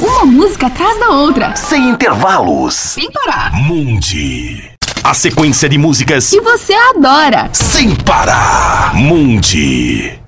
Uma música atrás da outra, Sem intervalos. sem parar. Mundi. A sequência de músicas Que você adora. sem parar. Mundi.